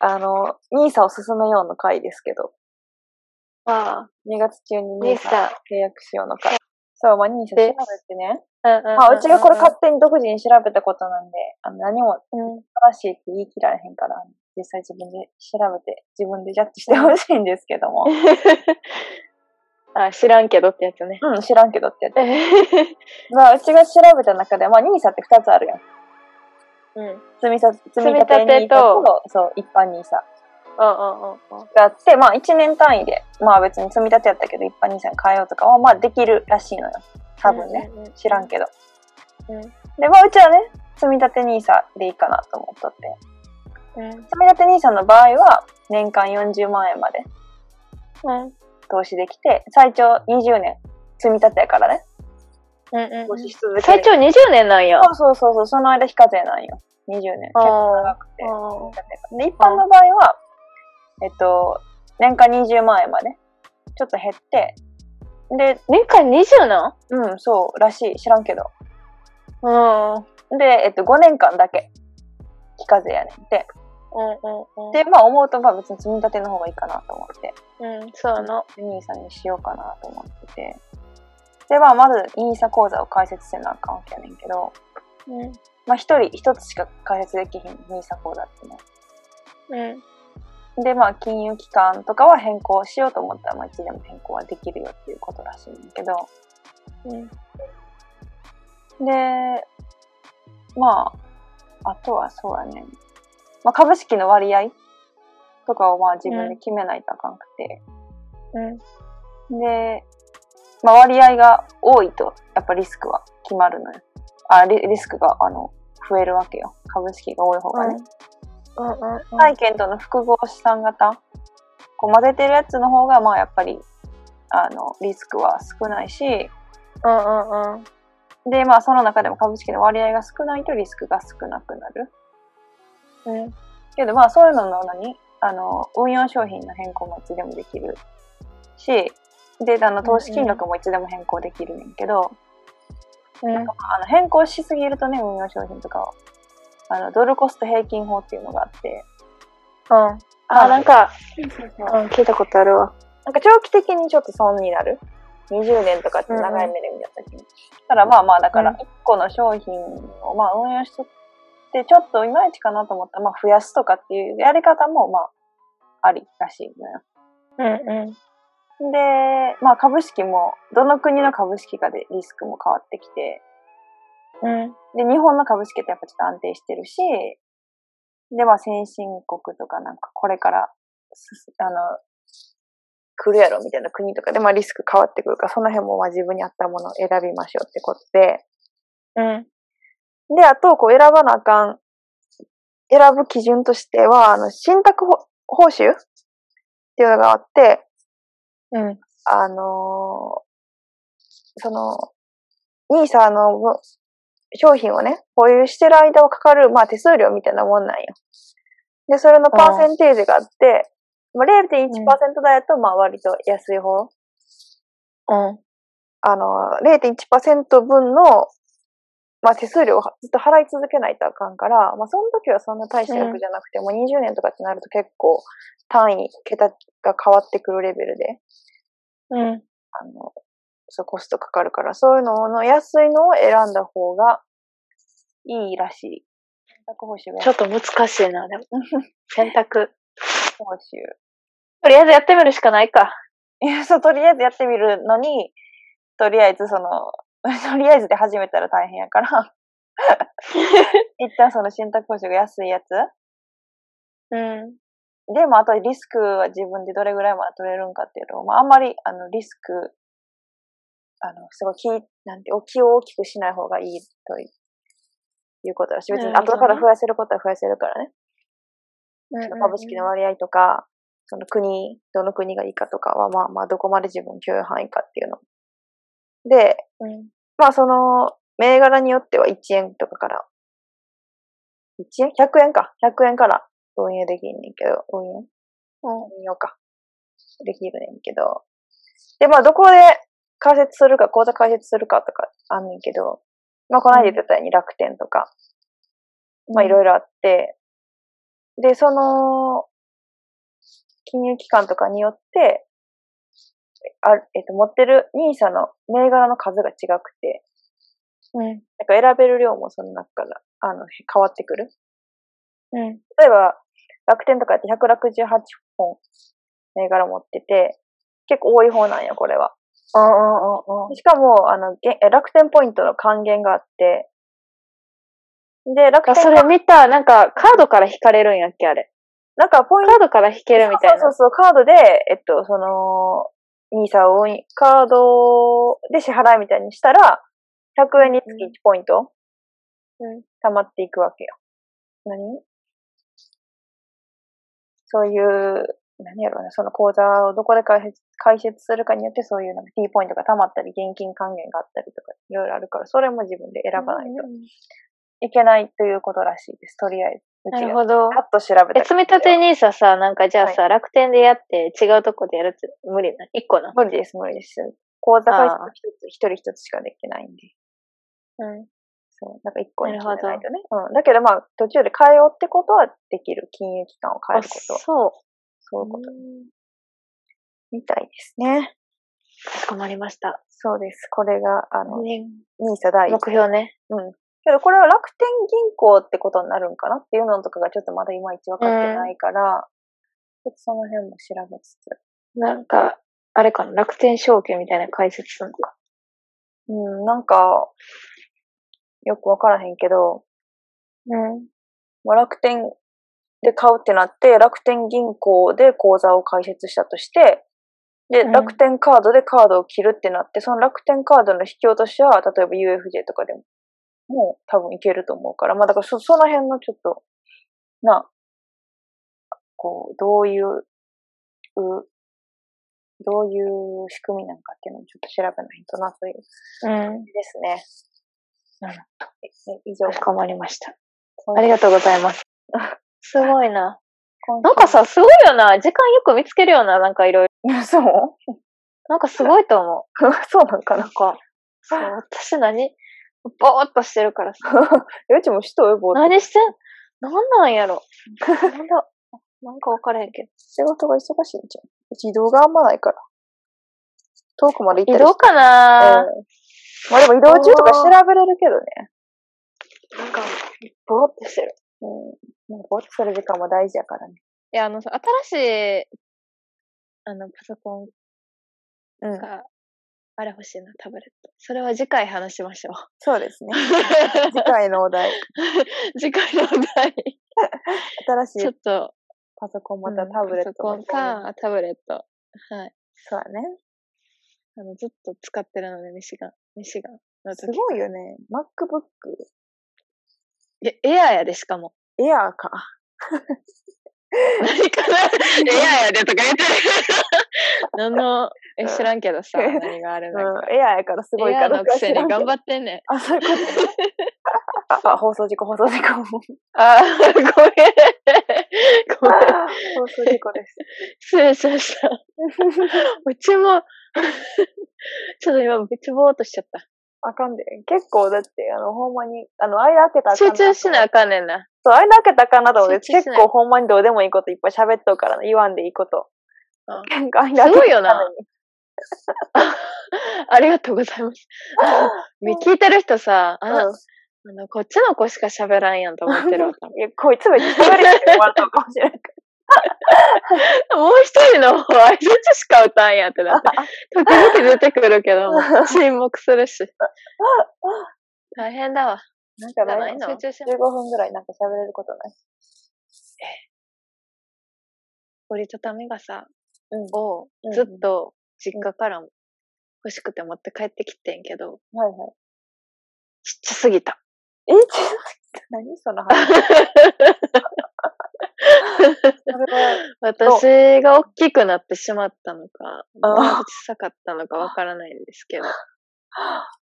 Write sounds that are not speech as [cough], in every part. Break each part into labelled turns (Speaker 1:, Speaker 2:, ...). Speaker 1: あの、ニーサを進めようの回ですけど、
Speaker 2: ああ、
Speaker 1: 2月中に
Speaker 2: ニ
Speaker 1: ニー
Speaker 2: ーサ
Speaker 1: サ契約しようの回。そう、まあ、ニーサ調べ
Speaker 2: で
Speaker 1: てね。
Speaker 2: うんうん。
Speaker 1: まあ、うちがこれ
Speaker 2: 買
Speaker 1: 勝手に独自に調べたことなんで、あの、何も
Speaker 2: うん。
Speaker 1: 正しいって言い切られへんから、実際自分で調べて、自分でジャッジしてほしいんですけども。
Speaker 2: [laughs] あ、知らんけどってやつ [laughs] ね。
Speaker 1: うん、知らんけどってやって。まあ、うちが調べた中で、まあ、ニーサって2つあるやん。
Speaker 2: うん。うんうん
Speaker 1: 積み立て、積
Speaker 2: み立てと
Speaker 1: NISA と、そう、一般 NISA
Speaker 2: うんうん。
Speaker 1: があって、まあ、1年単位で、まあ別に積み立てやったけど、一般 NISA に変えようとかは、まあできるらしいのよ。多分ね。
Speaker 2: うんうんうん。
Speaker 1: 知らんけど。
Speaker 2: うん
Speaker 1: で、まあうちはね、積み立て NISA でいいかなと思っとって。
Speaker 2: うん。
Speaker 1: 積み立て NISA の場合は、年間40万円まで
Speaker 2: うん。
Speaker 1: 投資できて、最長20年積み立てやからね。
Speaker 2: うんう
Speaker 1: 投
Speaker 2: ん
Speaker 1: 資。し続ける。
Speaker 2: 最長20年なんや。
Speaker 1: そうそうそうそう、その間非課税なんよ。20年。結
Speaker 2: あー
Speaker 1: 構長くて。
Speaker 2: あ
Speaker 1: で一般の場合は、えっと、年間20万円まで、ちょっと減って、で、
Speaker 2: 年間20なん
Speaker 1: うん、そう、らしい、知らんけど。
Speaker 2: うん。うん
Speaker 1: で、えっと、5年間だけ、非課税やねんって。
Speaker 2: うんうん。
Speaker 1: で、まあ、思うと、まあ、別に積み立ての方がいいかなと思って、
Speaker 2: うん、そうの。
Speaker 1: 兄さんにしようかなと思ってて。で、まあ、まず、イーサ講座を開設せなあかんわけやねんけど、
Speaker 2: うん。
Speaker 1: まあ、一人一つしか開設できひん、ニーサ講座ってね。
Speaker 2: うん。
Speaker 1: で、まあ、金融機関とかは変更しようと思ったら、まあ、いつでも変更はできるよっていうことらしいんだけど、
Speaker 2: うん。
Speaker 1: で、まあ、あとはそうやね。まあ、株式の割合とかをまあ自分で決めないとあかんくて。
Speaker 2: うん。
Speaker 1: で、まあ、割合が多いと、やっぱリスクは決まるのよ。あ、リリスクが、あの、増えるわけよ。株式が多い方がね。
Speaker 2: うんうんうん。
Speaker 1: 債券との複合資産型こう混ぜてるやつの方が、まあ、やっぱり、あの、リスクは少ないし、
Speaker 2: うんうんうん。
Speaker 1: で、まあ、その中でも株式の割合が少ないとリスクが少なくなる。
Speaker 2: うん。
Speaker 1: けどまあそういうのの何あの運用商品の変更もいつでもできるしであの投資金額もいつでも変更できるねんけど、
Speaker 2: うん。
Speaker 1: あの変更しすぎるとね運用商品とかをあのドルコスト平均法っていうのがあって
Speaker 2: うん。
Speaker 1: ま
Speaker 2: あ、なんか、
Speaker 1: な
Speaker 2: うん、聞いたことあるわ。
Speaker 1: んか長期的にちょっと損になる20年とかって長い目で見た時に、ただまあまあだから
Speaker 2: うん
Speaker 1: 1個の商品をまあ運用しとってちょっといまいちかなと思ったら、まあ、増やすとかっていうやり方もまあありらしいのよ。
Speaker 2: うんうん。
Speaker 1: で、まあ株式も、どの国の株式かでリスクも変わってきて、
Speaker 2: うん。
Speaker 1: で、日本の株式ってやっぱちょっと安定してるし、で、まあ先進国とかなんかこれからすす、あの、来るやろみたいな国とかで、まあリスク変わってくるから、その辺もまあ自分に合ったものを選びましょうってことで、
Speaker 2: うん。
Speaker 1: で、あと、こう選ばなあかん、選ぶ基準としては、あの、信託報報酬っていうのがあって、
Speaker 2: うん。
Speaker 1: あのーその、ニーサの分商品をね、保有してる間をかかる、まあ手数料みたいなもんなんよ。で、それのパーセンテージがあって、まあ、0.1%台だと、まあ割と安い方。
Speaker 2: うん。
Speaker 1: あのー、0.1%分の、まあ手数料をずっと払い続けないとあかんから、まあその時はそんな大した額じゃなくて、もう20年とかってなると結構単位、桁が変わってくるレベルで。
Speaker 2: うん。
Speaker 1: あの、そう、コストかかるから、そういうのの安いのを選んだ方がいいらしい。選択報酬が
Speaker 2: ちょっと難しいな、でも。 [laughs] 選択。
Speaker 1: 報酬。 [laughs]
Speaker 2: とりあえずやってみるしかないか。
Speaker 1: いや、そう、とりあえずやってみるのに、とりあえずその、 [laughs] とりあえずで始めたら大変やから、 [laughs] 一旦その信託報酬が安いやつ。
Speaker 2: うん。
Speaker 1: で、まあ、あとリスクは自分でどれぐらいまで取れるんかっていうのを、まあ、あんまり、あの、リスク、あの、すごい気、なんて、お気を大きくしない方がいいといいうことだし、別に
Speaker 2: なるほど
Speaker 1: 後
Speaker 2: ね
Speaker 1: から増やせることは増やせるからね。株式の割合とか、その国、どの国がいいかとかは、まあまあ、どこまで自分許容範囲かっていうの。で、
Speaker 2: うん。
Speaker 1: まあ、その、銘柄によっては1円とかから、1円 ?100 円か。100円から運用できんねんけど、運用
Speaker 2: うん。
Speaker 1: 運用か。できるねんけど。で、まあ、どこで開設するか、口座開設するかとかあんねんけど、まあ、この間言ってたように楽天とか、まあ、いろいろあって、で、その、金融機関とかによって、あるえっと、持ってる NISA の銘柄の数が違くて、
Speaker 2: うん。
Speaker 1: なんか選べる量もその中から、あの、変わってくる。
Speaker 2: うん。
Speaker 1: 例えば、楽天とかやって168本銘柄持ってて、結構多い方なんよ、これは。
Speaker 2: ああ、ああ、あ
Speaker 1: しかも、あの、げえ楽天ポイントの還元があって、で、楽
Speaker 2: あ。
Speaker 1: 天
Speaker 2: そ
Speaker 1: が
Speaker 2: れ見た、なんか、カードから引かれるんやっけ、あれ。
Speaker 1: なんかポイント
Speaker 2: カードから引けるみたいな。
Speaker 1: そうそうそう、カードで、えっと、その、ニーサを運用カードで支払いみたいにしたら、100円につき1ポイント、
Speaker 2: うん
Speaker 1: 溜まっていくわけよ。何そういう、何やろうね、その口座をどこで開設開設するかによって、そういうなんか T ポイントが溜まったり、現金還元があったりとか、いろいろあるから、それも自分で選ばないと
Speaker 2: うん
Speaker 1: いけないということらしいです、とりあえず。う
Speaker 2: な
Speaker 1: ちが
Speaker 2: るほど。
Speaker 1: パッと調べ
Speaker 2: え、
Speaker 1: た
Speaker 2: 積み立て NISA さ、なんかじゃあさ、楽天でやって違うとこでやるって無理な。一個な。
Speaker 1: 無理です、無理です。講座開設
Speaker 2: ああ
Speaker 1: 一つ、一人一つしかできないんで。
Speaker 2: うん。
Speaker 1: そう。なんか一個に
Speaker 2: な
Speaker 1: 決め
Speaker 2: るほど
Speaker 1: ないとね。うん。だけどまあ、途中で変えようってことはできる。金融機関を変え
Speaker 2: あ、
Speaker 1: ることは。
Speaker 2: そう。
Speaker 1: そういうことみたいですね。
Speaker 2: かしこまりました。
Speaker 1: そうです。これが、あの、
Speaker 2: ね
Speaker 1: NISA 第一
Speaker 2: 目標ね。
Speaker 1: けどこれは楽天銀行ってことになるんかなっていうのとかがちょっとまだいまいち分かってないから、ちょっとその辺も調べつつ。
Speaker 2: なんか、あれかな、楽天証券みたいな解説するのか。
Speaker 1: うん、なんか、よく分からへんけど、
Speaker 2: うん。
Speaker 1: まあ、楽天で買うってなって、楽天銀行で口座を開設したとして、で、
Speaker 2: うん
Speaker 1: 楽天カードでカードを切るってなって、その楽天カードの引き落としは、例えば UFJ とかでも、もう多分いけると思うから、まあだからそ、その辺のちょっと、な、こう、どういう、うどういう仕組みなんかっていうのをちょっと調べないとなという
Speaker 2: うん。
Speaker 1: ですね。
Speaker 2: なる
Speaker 1: ほど。以上
Speaker 2: か。しこまりました。
Speaker 1: 今
Speaker 2: ありがとうございます。 [laughs] すごいな。
Speaker 1: 今週
Speaker 2: なんかさ、すごいよな。時間よく見つけるよな。なんかいろいろ。
Speaker 1: [laughs] そう
Speaker 2: なんかすごいと思
Speaker 1: [laughs] そうなんか
Speaker 2: う。
Speaker 1: な
Speaker 2: なんか、そう、私何ぼーっとしてるからさ。
Speaker 1: うちもしとよ、ぼーっと
Speaker 2: 何してんなんなんやろ。なんだ、なんか分からへんけど。
Speaker 1: [laughs] 仕事が忙しいんじゃん。うち移動があんまないから。遠くまで行った
Speaker 2: 移
Speaker 1: り
Speaker 2: 動か
Speaker 1: う
Speaker 2: な、
Speaker 1: んまあでも移動中とか調べれるけどね。
Speaker 2: なんか、ぼーっとしてる。
Speaker 1: うん。もうぼーっとする時間も大事やからね。
Speaker 2: いや、あのさ、新しい、あの、パソコン
Speaker 1: うん。
Speaker 2: が、あれ欲しいな、タブレット。それは次回話しま [laughs] しょう。
Speaker 1: そうですね。次回のお
Speaker 2: [laughs]
Speaker 1: 題。
Speaker 2: 次回のお題。
Speaker 1: 新
Speaker 2: ちょ
Speaker 1: し
Speaker 2: っ
Speaker 1: い
Speaker 2: と、
Speaker 1: パソコン
Speaker 2: う
Speaker 1: ま
Speaker 2: ん
Speaker 1: たタブレット
Speaker 2: パソコンか、タブレット。はい。
Speaker 1: そうだね。
Speaker 2: あの、ずっと使ってるので、ミシガン。ミシガンの
Speaker 1: す
Speaker 2: 時。
Speaker 1: ごいよね。MacBook。
Speaker 2: いや、エアーやで、しかも。 [laughs]
Speaker 1: エアーか。
Speaker 2: 何かなエアーやでとか
Speaker 1: [laughs]
Speaker 2: 言ってる。何の、え、知らんけどさ、
Speaker 1: うん
Speaker 2: 何があれ
Speaker 1: う
Speaker 2: だか。
Speaker 1: ん。エアーやからすごい
Speaker 2: エ
Speaker 1: か
Speaker 2: アー
Speaker 1: ら。
Speaker 2: の
Speaker 1: [laughs]
Speaker 2: くせに頑
Speaker 1: っ
Speaker 2: 張ってんねん。
Speaker 1: あ、そういう
Speaker 2: [laughs]
Speaker 1: ことね。あ、放送事故、放送事故。
Speaker 2: あー、ごめん。ごめん。
Speaker 1: 放送事故です。
Speaker 2: 失礼しました。う [laughs] ちも、ちょっと今、ぶちぼーっとしちゃった。
Speaker 1: あかんで。結構だって、あの、ほんまに、あの、間開けたらあかん
Speaker 2: 集
Speaker 1: な
Speaker 2: 中しなあかんねんな。
Speaker 1: そう、間開けたらあかんなと思って、
Speaker 2: 集中し
Speaker 1: 結
Speaker 2: ない
Speaker 1: 構ほんまにどうでもいいこといっぱい喋っとうから、言わんでいいこと。
Speaker 2: うん
Speaker 1: なんか間開けたらあかん
Speaker 2: すごいよな。ありがとうございます。み聞いてる人さ、あの、
Speaker 1: [laughs] うん。
Speaker 2: あのこっちの子しか喋らんやんと思ってる [laughs] わ。多分
Speaker 1: いや、こいつめっちゃ喋りかけてもらったのかもし
Speaker 2: [laughs]
Speaker 1: れないか
Speaker 2: もう一人の方は、いつしか歌うんやってなって。時々出てくるけども、沈黙するし。 [laughs] 大変だわ。
Speaker 1: ら。なんか
Speaker 2: ないの
Speaker 1: 集中して15分ぐらいなんか喋れることない。
Speaker 2: 折りたたみ傘
Speaker 1: うん
Speaker 2: を
Speaker 1: うん
Speaker 2: ずっと実家から欲しくて持って帰ってきてんけど、
Speaker 1: はいはい。
Speaker 2: ちっちゃすぎた。
Speaker 1: え、ちょっと、何その話。それは、
Speaker 2: [laughs]
Speaker 1: [laughs]
Speaker 2: 私が大きくなってしまったのか、
Speaker 1: あ
Speaker 2: 小さかったのかわからないんですけど。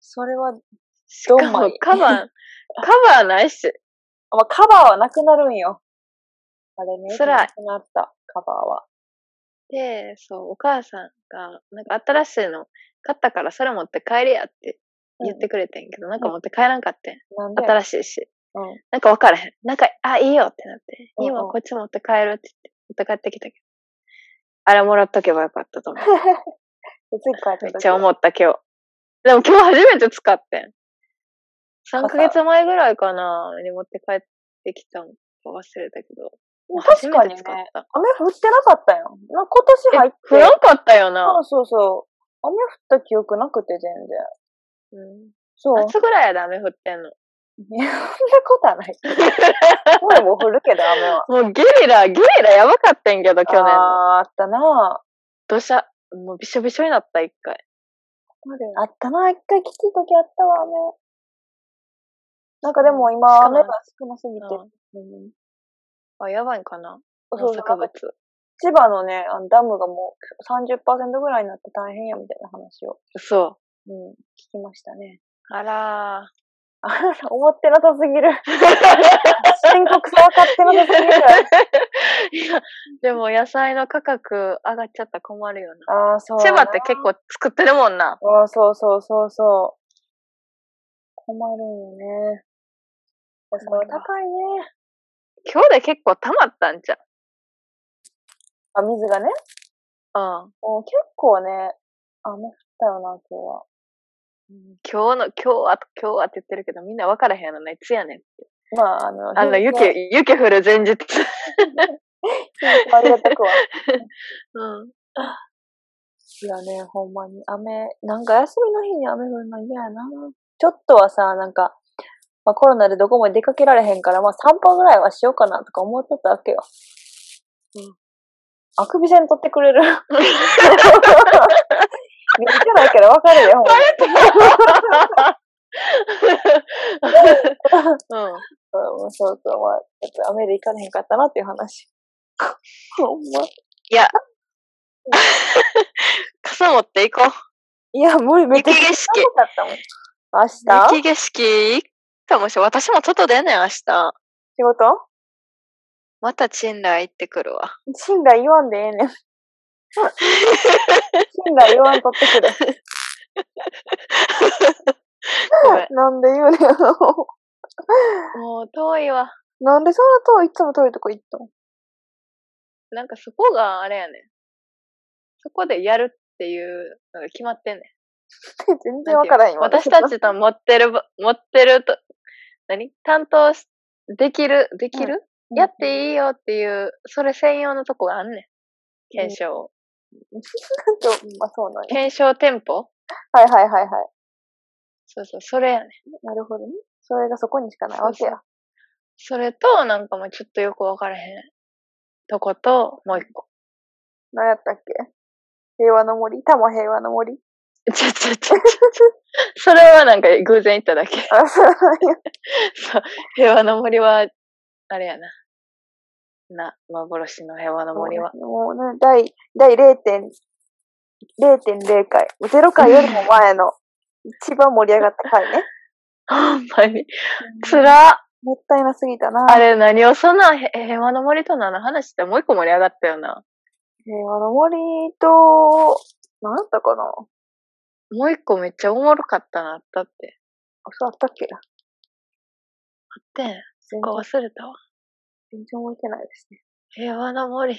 Speaker 1: それは、
Speaker 2: し
Speaker 1: ど
Speaker 2: か
Speaker 1: んまい
Speaker 2: もカバ [laughs] ー、カバーないし、
Speaker 1: まあ、カバーはなくなるんよ。あれね。
Speaker 2: 辛い
Speaker 1: なくなった、カバーは。
Speaker 2: で、そう、お母さんが、なんか新しいの買ったからそれ持って帰れやって言ってくれてんけど、なんか持って帰らんかってん。
Speaker 1: なんで
Speaker 2: 新しいし。
Speaker 1: うん
Speaker 2: なんかわからへん。なんか、あ、いいよってなって。
Speaker 1: うんうん
Speaker 2: 今こっち持って帰るって言って、持って帰ってきたけど。あれもらっとけばよかっ
Speaker 1: [laughs]
Speaker 2: たと思う。
Speaker 1: で次帰った
Speaker 2: めっ
Speaker 1: 時
Speaker 2: ちゃ思った今日。でも今日初めて使ってん。3ヶ月前ぐらいかなに持って帰ってきたの忘れたけど。
Speaker 1: 確かにね
Speaker 2: 初めて使った。
Speaker 1: 雨降ってなかったよ。な今年入っ
Speaker 2: え
Speaker 1: て。、
Speaker 2: 降らんかったよな。
Speaker 1: そうそうそう。雨降った記憶なくて全然。
Speaker 2: うん
Speaker 1: そう。
Speaker 2: 夏ぐらいやで雨降ってんの。
Speaker 1: [laughs] そんなことは
Speaker 2: [laughs]
Speaker 1: ない。声も降るけど雨は。
Speaker 2: もうゲリラ、ゲリラやばかったんけど、去年の。
Speaker 1: あーあったな
Speaker 2: 土砂、もうびしょびしょになった、一回。
Speaker 1: あったな一回きつい時あったわ、雨。なんかでも
Speaker 2: し
Speaker 1: 今、
Speaker 2: かも
Speaker 1: 雨が少なすぎて。
Speaker 2: うん
Speaker 1: うん
Speaker 2: あ、やばいんかな。
Speaker 1: そうそう
Speaker 2: 農作物。
Speaker 1: 千葉のね、あのダムがもう30%ぐらいになって大変やみたいな話を、
Speaker 2: そ
Speaker 1: うん、聞きましたね。
Speaker 2: う。あら
Speaker 1: あらら、 [laughs] 思ってなさすぎる。
Speaker 2: ー。
Speaker 1: 深刻さ分かってなさすぎる。
Speaker 2: いや、でも野菜の価格上がっちゃったら困るよな。
Speaker 1: ああ、そう。
Speaker 2: 千葉って結。構作ってるもんな。
Speaker 1: ああ、そうそうそうそう。困るよね。お
Speaker 2: 困
Speaker 1: 皿
Speaker 2: るわ
Speaker 1: 高いね。
Speaker 2: 今日で結構溜まったんじゃ
Speaker 1: あ、水がね。
Speaker 2: う。
Speaker 1: もう結構ね、雨降ったよな、今日は。
Speaker 2: うん。今日の、今日は、今日はって言ってるけど、みんな分からへんのね。いつやねん。
Speaker 1: まあ、あの、
Speaker 2: あの、
Speaker 1: 日
Speaker 2: 雪
Speaker 1: 付は、
Speaker 2: 雪降る前日。
Speaker 1: 日付はありがたくは。
Speaker 2: うん。
Speaker 1: いやね、ほんまに。雨、なんか休みの日に雨降るの嫌やな。ちょっとはさ、なんか、まあ、コロナでどこも出かけられへんから、まあ散歩ぐらいはしようかなとか思っとったわけよ。
Speaker 2: うん。
Speaker 1: あくびせんとってくれ [laughs] る。見てないけどわかる [laughs] よ。ほんまに
Speaker 2: [laughs] う
Speaker 1: [laughs]
Speaker 2: ん。
Speaker 1: うん、そうそう、まあ、やっぱ雨で行かれへんかったなっていう話。 [laughs] ほんま。
Speaker 2: いや。傘持っていこう。
Speaker 1: いや、無理、めっちゃ
Speaker 2: 雪景色
Speaker 1: 寒かったもん。明日
Speaker 2: 雪景色いいかもしれん。私も外出んねん、明日。
Speaker 1: 仕事
Speaker 2: またチンライ行ってくるわ。
Speaker 1: 信頼言わんでええ
Speaker 2: [laughs]
Speaker 1: ねん。信頼言わんとってくれ。
Speaker 2: ごめん
Speaker 1: なんで言うねん。
Speaker 2: もう遠いわ。
Speaker 1: なんでそんな遠い、いつも遠いとこ行ったの
Speaker 2: なんかそこがあれやねん。そこでやるっていうのが決まってんねん。
Speaker 1: 全然わからへんよ
Speaker 2: なんていうの私たちの持ってるば、持ってると、何担当し、できる、できる、やっていいよっていう、それ専用のとこがあんねん。検証を。
Speaker 1: そうまあそうなんや。
Speaker 2: 検証店舗
Speaker 1: [laughs] はいはいはいはい。
Speaker 2: そうそう、それやねん。
Speaker 1: なるほどね。それがそこにしかないわけや。
Speaker 2: それと、なんかもうちょっとよくわからへん。とこと、もう一個。 [laughs]
Speaker 1: 何やったっけ平和の森多摩平和の森
Speaker 2: ちょちょちょちょ。 [laughs] それはなんか偶然行っただけ。 [laughs]
Speaker 1: あ、そうなんや。
Speaker 2: そう。平和の森は、あれやな。な、幻の平和の森は。
Speaker 1: [laughs] もうね、第、第0点、0.0回。0回よりも前の、一番盛り上がった回ね。
Speaker 2: [laughs] ほんまに。つらっ
Speaker 1: もったいなすぎたな。
Speaker 2: あれ何をそんな、へ平和の森とのあの話ってもう一個盛り上がったよな。
Speaker 1: 平和の森と、何だったかなあ、
Speaker 2: もう一個めっちゃおもろかったな、あったって。
Speaker 1: そうあったっけ
Speaker 2: あってん。
Speaker 1: 全
Speaker 2: なん
Speaker 1: 然
Speaker 2: か、忘れたわ。
Speaker 1: 全然覚えてないですね。
Speaker 2: 平和の森。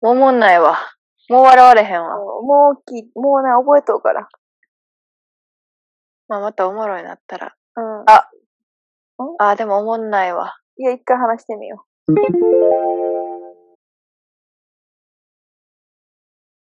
Speaker 2: もうおもんないわ。もう笑われへんわ。
Speaker 1: もうもうき、もうね、覚えとうから。
Speaker 2: まあ、またおもろいなったら。
Speaker 1: うん。
Speaker 2: ああー、でもおもんないわ。
Speaker 1: いや、一回話してみよう。